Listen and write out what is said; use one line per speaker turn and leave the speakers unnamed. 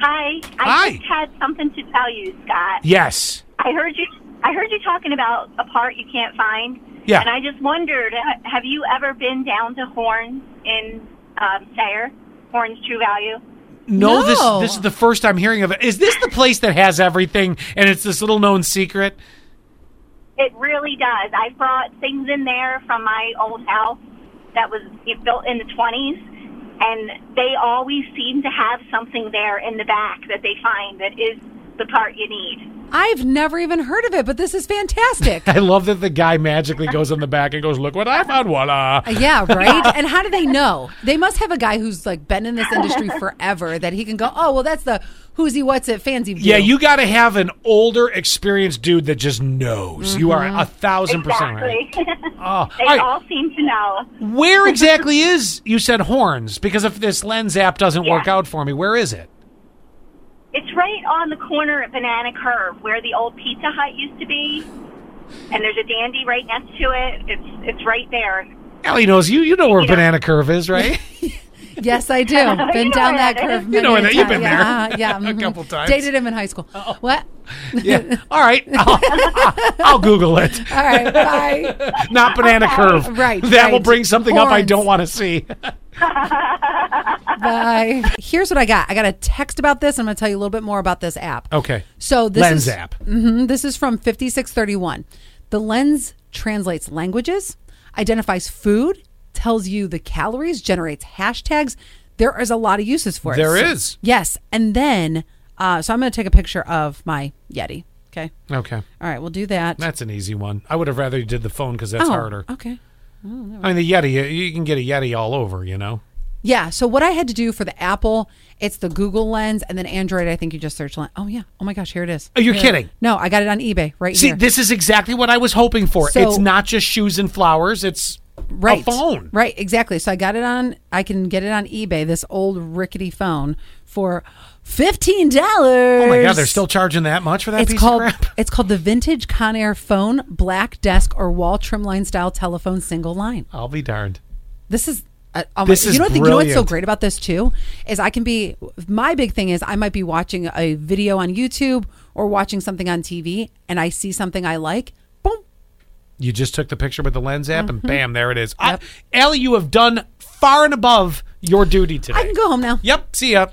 Hi. I
Hi.
just had something to tell you, Scott.
Yes.
I heard you. I heard you talking about a part you can't find.
Yeah.
And I just wondered, ha- have you ever been down to Horn in um, Sayre? Horn's True Value.
No, this
No.
this is the first I'm hearing of it. Is this the place that has everything and it's this little known secret?
It really does. I brought things in there from my old house that was built in the 20s, and they always seem to have something there in the back that they find that is the part you need.
I've never even heard of it, but this is fantastic. Uh,
I love that the guy magically goes in the back and goes, "Look what I found!" Voila.
yeah, right? And how do they know? They must have a guy who's like been in this industry forever that he can go, oh, well, that's the who's he, what's it, fancy.
Yeah,
view."
you got to have an older, experienced dude that just knows. You are a thousand percent right.
Exactly.
Oh,
they
all right.
all seem to know.
Where exactly is you said horns? Because if this lens app doesn't work
Yeah.
out for me, where is it?
It's right on the corner at Banana Curve, where the old Pizza Hut used to be, and there's a dandy right next to it. It's it's right there.
Ellie knows you. You know where
You know-
Banana Curve is, right?
Yes, I do.
know
Been down
where
that
that
curve.
is.
You know where
many
that- you've
times.
been there.
Yeah, yeah,
A
mhm.
couple times. Oh.
Dated him in high school. What?
yeah. All right. I'll, I'll Google it.
All right, bye.
Not Banana Curve.
Right,
That will
right.
bring something up I
Horns.
don't want to see.
Bye. Here's what I got. I got a text about this. I'm going to tell you a little bit more about this app.
Okay.
So this
Lens
is,
app.
Mhm, this is from 5631. The lens translates languages, identifies food, tells you the calories, generates hashtags. There is a lot of uses for
There
it. So-
is.
Yes, and then uh, so I'm going to take a picture of my Yeti. Okay.
Okay.
All right, we'll do that.
That's an easy one. I would have rather you did the phone because that's
Oh,
harder.
Okay.
I mean, the Yeti, you- you can get a Yeti all over, you know?
Yeah. So what I had to do for the Apple, it's the Google Lens, and then Android. I think you just search. Lens. Oh yeah. Oh my gosh, here it is.
Oh, you're
Here.
kidding.
No, I got it on eBay right
See,
here.
this is exactly what I was hoping for.
So-
it's not just shoes and flowers, it's
right.
a phone.
Right. Exactly. So I got it on. I can get it on eBay. This old rickety phone for fifteen dollars.
Oh my God, they're still charging that much for that
It's
piece
called
of crap?
it's called the vintage Conair phone, black desk or wall trim line style telephone, single line.
I'll be darned.
This is. Uh, oh
This
my,
is
you know what? the- You know what's so
brilliant.
great about this too is I can be. My big thing is I might be watching a video on YouTube or watching something on TV, and I see something I like. Boom!
You just took the picture with the lens app,
Mm-hmm.
and bam, there it is. I- Ellie, you have done far and above your duty today.
I can go home now.
Yep, see ya.